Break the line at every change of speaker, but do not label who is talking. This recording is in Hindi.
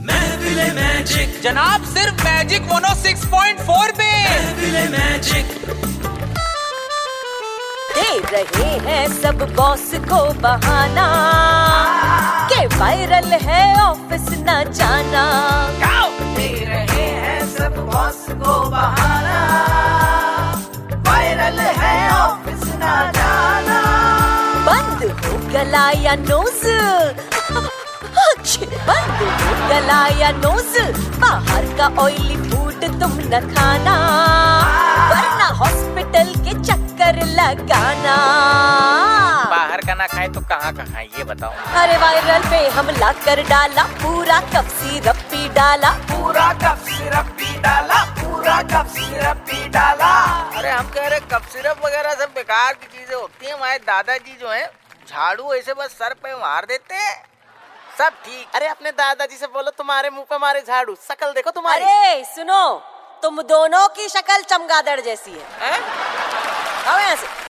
महफिल मैजिक
जनाब सिर्फ मैजिक मोनो 6.4 पे
महफिल मैजिक
दे रहे हैं सब बॉस को बहाना के वायरल है ऑफिस न जाना
दे रहे हैं सब बॉस को बहाना वायरल है ऑफिस ना जाना
बंद हो गला या नोज अच्छे, बंद हो गला या नोज बाहर का ऑयली फूड तुम न खाना
हाँ।
वरना हॉस्पिटल के चक्कर लगाना
बाहर का ना खाए तो कहाँ का खाए ये बताओ
अरे वायरल पे हमला कर डाला पूरा कप सिरप पी डाला
पूरा कप सिरप पी डाला पूरा कप सिरप पी डाला
अरे हम कह रहे कप सिरप वगैरह सब बेकार की चीजें होती हैं हमारे दादाजी जो हैं झाड़ू ऐसे बस सर पे मार देते हैं सब ठीक
अरे अपने दादाजी से बोलो तुम्हारे मुंह पे मारे झाड़ू शकल देखो तुम्हारी
अरे सुनो तुम दोनों की शक्ल चमगादड़ जैसी है
हैं?
आओ यहाँ से